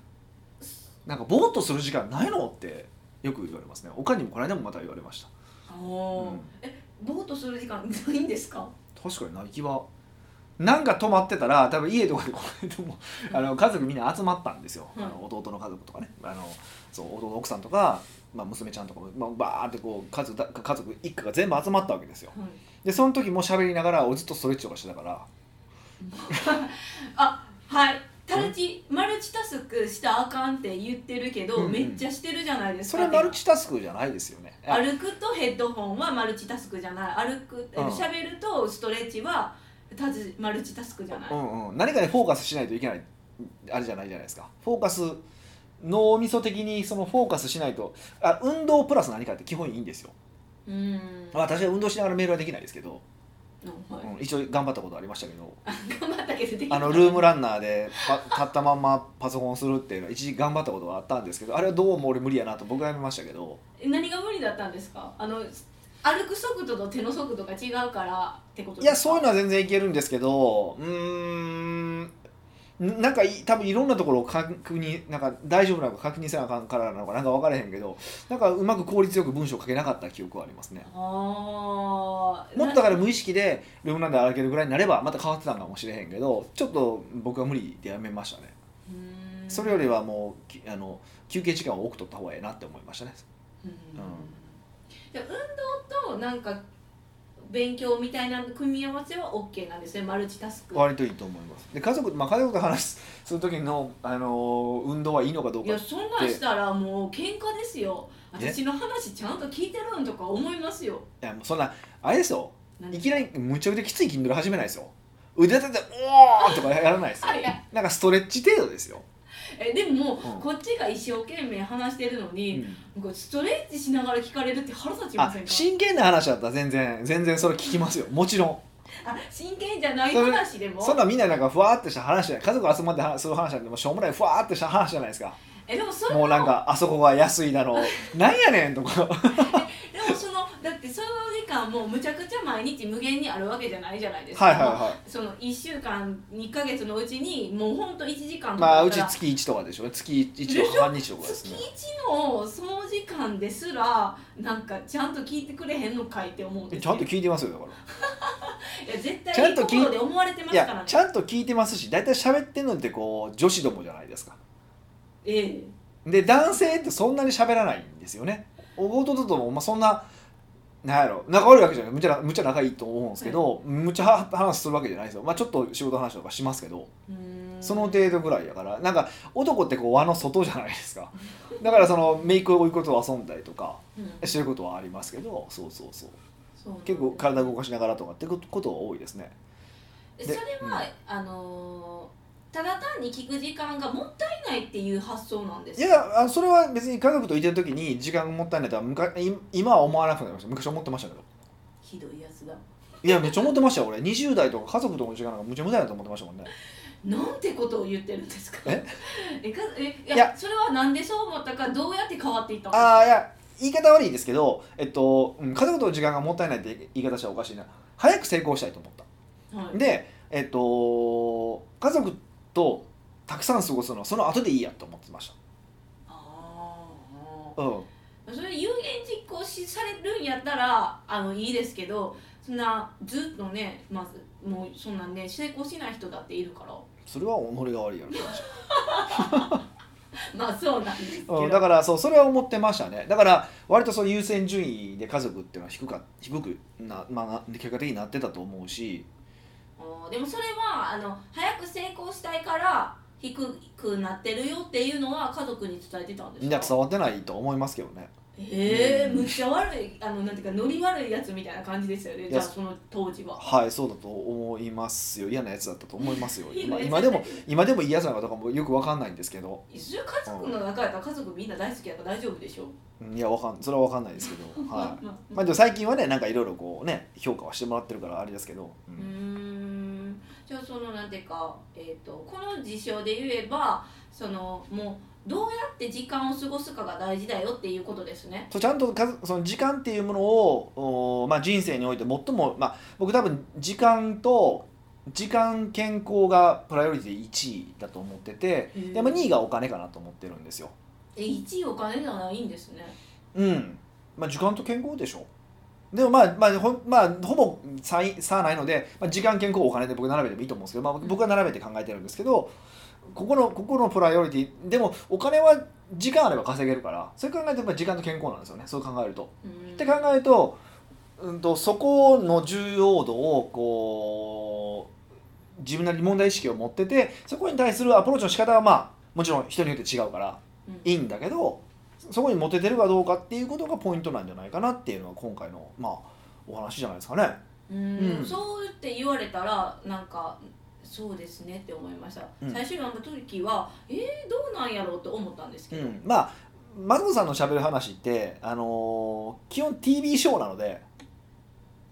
Speaker 1: なんかぼーっとする時間ないのってよく言われますねおかんにもこの間もまた言われました
Speaker 2: あー、
Speaker 1: うん
Speaker 2: えぼーっとする時間ないんですか
Speaker 1: 確かにな行きはなんか泊まってたら多分家とかでこうやってもあの家族みんな集まったんですよ、
Speaker 2: うん
Speaker 1: あの弟の家族とかねあのそう弟の奥さんとか、まあ、娘ちゃんとかも、まあ、バーってこう家族だ家族一家が全部集まったわけですよ
Speaker 2: はい
Speaker 1: でその時も喋りながらずっとストレッチとかしてたから
Speaker 2: あはいタルチマルチタスクしたらあかんって言ってるけど、
Speaker 1: うんうん
Speaker 2: めっちゃしてるじゃないです
Speaker 1: そ
Speaker 2: か
Speaker 1: れはマルチタスクじゃないですよねあ
Speaker 2: 歩くとヘッドホンはマルチタスクじゃない歩くえ
Speaker 1: うん
Speaker 2: 喋、るとストレッチはたずマルチタスクじゃない、
Speaker 1: うんうん、何かにフォーカスしないといけないあれじゃないじゃないですかフォーカス脳みそ的にそのフォーカスしないとあ運動プラス何かって基本いいんですよ、
Speaker 2: うーん
Speaker 1: まあ、私は運動しながらメールはできないですけど
Speaker 2: うんはい
Speaker 1: うん一応頑張ったことありましたけど
Speaker 2: 頑張ったけどできな
Speaker 1: あ
Speaker 2: い
Speaker 1: のルームランナーでパ *laughs* 立ったまんまパソコンするっていうのは一時頑張ったことがあったんですけどあれはどうも俺無理やなと僕はやめましたけど
Speaker 2: え何が無理だったんですかあの歩く速度と手の速度が違うからってこと
Speaker 1: い
Speaker 2: ですか
Speaker 1: やそういうのは全然いけるんですけどうーんなんかい多分いろんなところを確認なんか大丈夫なのか確認せなあかんからなのかなんか分からへんけどなんかうまく効率よく文章を書けなかった記憶はありますね
Speaker 2: あー
Speaker 1: もっとだから無意識でルームランナー歩けるぐらいになればまた変わってたんかもしれへんけどちょっと僕は無理でやめましたね
Speaker 2: うーん
Speaker 1: それよりはもうきあの休憩時間を多く取った方がええなって思いましたね
Speaker 2: うんで運動となんか勉強みたいな組み合わせは OK なんですねマルチタスク
Speaker 1: 割といいと思いますで家族、まあ、家族と話すする時の、あのー運動はいいのかどう
Speaker 2: い
Speaker 1: か
Speaker 2: やそんなんしたらもう喧嘩ですよ
Speaker 1: え
Speaker 2: 私の話ちゃんと聞いてるんとか思いますよ
Speaker 1: いやもうそんなあれですよ
Speaker 2: 何
Speaker 1: いきなりむちゃくちゃきつい筋トレ始めないですよ腕立てて「おー!」とかやらないですよ
Speaker 2: あいや
Speaker 1: なんかストレッチ程度ですよ、
Speaker 2: えでも、
Speaker 1: うん
Speaker 2: こっちが一生懸命話してるの
Speaker 1: う
Speaker 2: に、
Speaker 1: ん
Speaker 2: こうストレッチしながら聞かれるって腹立ちま
Speaker 1: あ
Speaker 2: せんか
Speaker 1: 真剣な話だったら全然全然それ聞きますよもちろん
Speaker 2: あ真剣じゃない話でも
Speaker 1: そんなみんななんかふわーってした話じゃない家族集まってはする話なんてもうしょうもないふわーってした話じゃないですか
Speaker 2: えでもそれ
Speaker 1: もうなんかあそこが安いだ
Speaker 2: *laughs*
Speaker 1: ろうなんやねんとか
Speaker 2: でもそのだってその時間もうむちゃくちゃ毎日無限にあるわけじゃないじゃないですか、
Speaker 1: はいはいは
Speaker 2: その1週間2ヶ月のうちにもうほんと1時間
Speaker 1: い
Speaker 2: と
Speaker 1: まあ
Speaker 2: かだ
Speaker 1: う
Speaker 2: った
Speaker 1: ち
Speaker 2: ら
Speaker 1: 月1とかでしょ月1とか半日とかです
Speaker 2: 月
Speaker 1: ね
Speaker 2: 1のその時間ですらなんかちゃんと聞いてくれへんのかいって思うんです
Speaker 1: ちゃんと
Speaker 2: い
Speaker 1: 聞いてますよだから
Speaker 2: や絶対
Speaker 1: ちゃん
Speaker 2: いい
Speaker 1: と
Speaker 2: と
Speaker 1: 聞い
Speaker 2: ころで思われてま
Speaker 1: い
Speaker 2: すから
Speaker 1: や
Speaker 2: ね
Speaker 1: ちゃんと聞いてますし大体喋ってんのってこう女子どもじゃないですか
Speaker 2: ええ
Speaker 1: で男性ってそんなに喋らないんですよね弟とも、まあ、そんななんやろ仲悪いわけじゃないむちゃむちゃ仲いいと思うんですけど、むちゃは話するわけじゃないですよ、まあ、ちょっと仕事の話とかしますけど
Speaker 2: うーん
Speaker 1: その程度ぐらいやからなんか男ってこう輪の外じゃないですかだからそのメイクをいこと遊んだりとか
Speaker 2: うん
Speaker 1: してることはありますけどそうそうそう
Speaker 2: そう
Speaker 1: 結構体動かしながらとかってことは多いですね
Speaker 2: それは、あのーただ単に聞く時間がもったいないっていう発想なんです
Speaker 1: いやあそれは別に家族といてる時に時間もったいないとはむかい今は思わなくなりました昔思ってましたけど
Speaker 2: ひどいやつだ
Speaker 1: いやめっちゃ思ってましたよ俺20代とか家族との時間なんかむちゃ無駄だと思ってましたもんね
Speaker 2: なんてことを言ってるんですか
Speaker 1: え
Speaker 2: えかえいや
Speaker 1: いや
Speaker 2: それはなんでそう思ったかどうやって変わっていったんです
Speaker 1: あ
Speaker 2: か
Speaker 1: あいや言い方悪いですけど、えっと、うん家族との時間がもったいないって言い方したらおかしいな早く成功したいと思った
Speaker 2: はい
Speaker 1: で、えっと、家族とたくさん過ごすのはその後でいいやと思ってまし
Speaker 2: あ
Speaker 1: た、うん、
Speaker 2: ーそれ有言実行しされるんやったらあのいいですけどそんなずっとねまずもうそんなね成功しない人だっているから *laughs*
Speaker 1: それは己が悪いやろ
Speaker 2: まあそうなんですけど、
Speaker 1: うん、だからそうそれは思ってましたねだから割とその優先順位で家族っていうのは低か低くな、まあな、結果的になってたと思うし
Speaker 2: おーでもそれはあの早く成功したいから低くなってるよっていうのは家族に伝えてたんで
Speaker 1: みんな
Speaker 2: すか
Speaker 1: 伝わってないと思いますけどね
Speaker 2: ええ
Speaker 1: うん
Speaker 2: むっちゃ悪いあのなんていうかノリ悪いやつみたいな感じですよね
Speaker 1: や
Speaker 2: じゃあその当時は
Speaker 1: はいそうだと思いますよ嫌なやつだったと思います
Speaker 2: *laughs*
Speaker 1: よ
Speaker 2: 嫌な
Speaker 1: 今
Speaker 2: やつ
Speaker 1: 今でも今でもいいやつなのかとかもよく分かんないんですけど
Speaker 2: 一応家族の中やったら家族みんな大好きやから大丈夫でしょ
Speaker 1: うんいやわかんそれは分かんないですけど、は
Speaker 2: *laughs*
Speaker 1: い
Speaker 2: まあ
Speaker 1: まあ、でも最近はねなんかいろいろこうね評価はしてもらってるからあれですけど、う
Speaker 2: うんーんじゃあそのなんていうか、えー、とこの事象で言えばそのもうどうやって時間を過ごすかが大事だよっていうことですね
Speaker 1: そうちゃんとかその時間っていうものを、おーまあ、人生において最も、まあ、僕多分時間と時間健康がプライオリティ1位だと思っててで、まあ、2位がお金かなと思ってるんですよ。
Speaker 2: え1位お金じゃないんですね
Speaker 1: うんまあ、時間と健康でしょでもまあ、まあほまあ、ほぼ差い差はないので、まあ、時間健康お金で僕並べてもいいと思うんですけど、まあ、僕は並べて考えてるんですけどここのここのプライオリティでもお金は時間あれば稼げるからそれ考えるとやっぱ時間と健康なんですよねそう考えると。
Speaker 2: うん
Speaker 1: って考えると,、うん、とそこの重要度をこう自分なりに問題意識を持っててそこに対するアプローチの仕方はまあもちろん人によって違うから
Speaker 2: うん
Speaker 1: いいんだけどそこに持ててるかどうかっていうことがポイントなんじゃないかなっていうのが今回のまあお話じゃないですかね。
Speaker 2: うん
Speaker 1: うん
Speaker 2: でもそうって言われたらなんかそうですねって思いました、
Speaker 1: うん
Speaker 2: 最初読んだ時はえー、どうなんやろうと思ったんですけ
Speaker 1: う
Speaker 2: ど、
Speaker 1: ん、まあマツコさんのしゃべる話って、あのー基本 TV ショーなので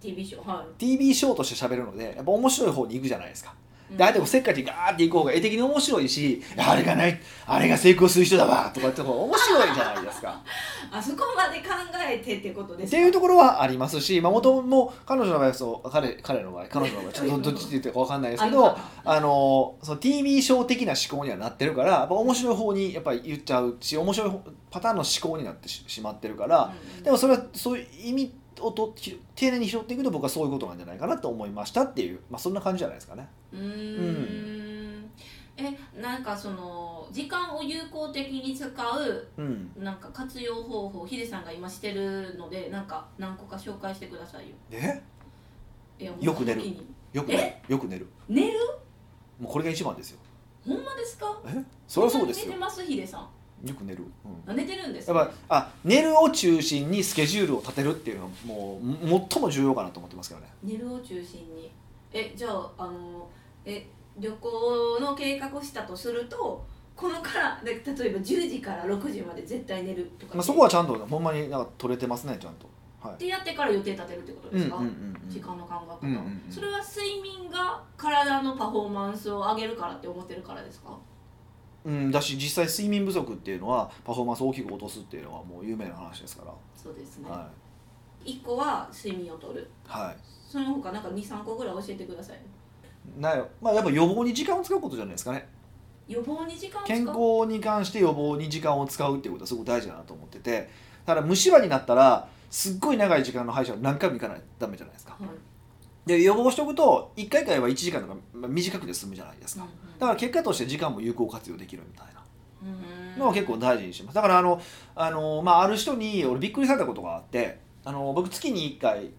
Speaker 2: TV ショーは
Speaker 1: TV ショーとしてしゃべるのでやっぱ面白い方に行くじゃないですか。
Speaker 2: い、
Speaker 1: であえてもせっかちにガーっていく方が絵的に面白いしいやあれがないあれが成功する人だわとかって方が面白いじゃない *laughs* ですか。
Speaker 2: あそこまで考えてってことで
Speaker 1: っ
Speaker 2: す
Speaker 1: て
Speaker 2: か
Speaker 1: いうところはありますし、まあ、元も彼女の場合はそう彼彼の場合彼女の場合ちょっとどどっちって言ってるか分かんないですけどあのその TV ショー的な思考にはなってるからやっぱ面白い方にやっぱり言っちゃうし面白い方パターンの思考になってししまってるから、でもそれはそういう意味をとひ丁寧に拾っていくと僕はそういうことなんじゃないかなと思いましたっていう、まあ、そんな感じじゃないですかね。
Speaker 2: うーんえなんかその時間を有効的に使う
Speaker 1: うん
Speaker 2: なんか活用方法ヒデさんが今してるのでなんか何個か紹介してくださいよ
Speaker 1: え
Speaker 2: いや
Speaker 1: よく寝る
Speaker 2: 本当に
Speaker 1: よくねよく寝る
Speaker 2: 寝る
Speaker 1: もうこれが一番ですよ。
Speaker 2: ほんまですか
Speaker 1: えそりゃそうです
Speaker 2: 寝
Speaker 1: よ
Speaker 2: て。ますヒデさん
Speaker 1: よく寝る。うん
Speaker 2: あ寝てるんです
Speaker 1: やっ
Speaker 2: ね
Speaker 1: ぱあ寝るを中心にスケジュールを立てるっていうのはもうも最も重要かなと思ってますけどね
Speaker 2: 寝るを中心にえじゃああのえ旅行の計画をしたとするとこのからで例えば10時から6時まで絶対寝るとか、
Speaker 1: まあ、そこはちゃんとほんまになんか取れてますねちゃんとは
Speaker 2: ってやってから予定立てるってこと
Speaker 1: い
Speaker 2: ですか、
Speaker 1: うん
Speaker 2: 時間の考え方、
Speaker 1: うんうんうん
Speaker 2: それは睡眠が体のパフォーマンスを上げるからって思ってるからですか
Speaker 1: うん、だし実際睡眠不足っていうのはパフォーマンスを大きく落とすっていうのはもう有名な話ですから、
Speaker 2: そうですね、
Speaker 1: は
Speaker 2: 一1個は睡眠をとる
Speaker 1: いは
Speaker 2: その他なんか23個ぐらい教えてください
Speaker 1: いなよまあ、やっぱ予防に時間を使うことじゃないですかね
Speaker 2: 予防に時間を使う
Speaker 1: 健康に関して予防に時間を使うっていうことはすごく大事だなと思っててただ虫歯になったらすっごい長い時間の歯医者を何回も行かないとダメじゃないですか
Speaker 2: はい
Speaker 1: で予防しておくと1回買えば1時間とかまあ短くで済むじゃないですか、だから結果として時間も有効活用できるみたいな
Speaker 2: うんうん
Speaker 1: のは結構大事にしてますだからあのあの、まあ、ある人に俺びっくりされたことがあってあの僕月に1回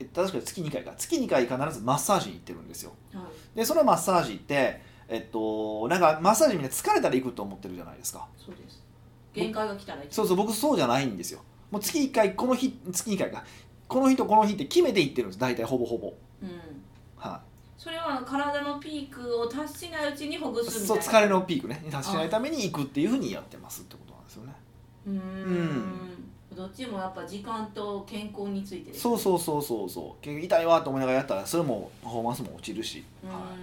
Speaker 1: え確か月2回か月2回必ずマッサージに行ってるんですよ
Speaker 2: はい
Speaker 1: でそのマッサージってえっとなんかマッサージみんな疲れたら行くと思ってるじゃないですか
Speaker 2: そうです限界が来たら行く
Speaker 1: そうそう僕そうじゃないんですよもう月1回この日月2回かこの日とこの日って決めて行ってるんです大体ほぼほぼ
Speaker 2: うん
Speaker 1: はい、
Speaker 2: それは体のピークを達しないうちにほぐすみた
Speaker 1: そ
Speaker 2: いうな
Speaker 1: 疲れのピークねに達しないために行くっていうふうにやってますってことなんですよね
Speaker 2: うーんどっちもやっぱ時間と健康についてですね
Speaker 1: そうそうそうそうそう結局痛いわと思いながらやったらそれもパフォーマンスも落ちるし、は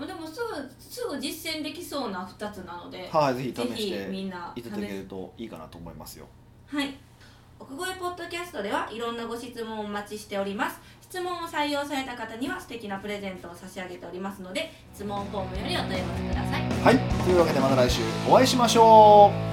Speaker 2: うんでもすぐすぐ実践できそうな2つなので、
Speaker 1: い、はい、ぜひ
Speaker 2: ぜ
Speaker 1: 試し
Speaker 2: ひ
Speaker 1: て
Speaker 2: みんない試
Speaker 1: ただけるといいかなと思いますよ
Speaker 2: はい奥越ポッドキャストではいろんなご質問をお待ちしております質問を採用された方には素敵なプレゼントを差し上げておりますので質問フォームよりお問い合わせください
Speaker 1: はいというわけでまた来週お会いしましょう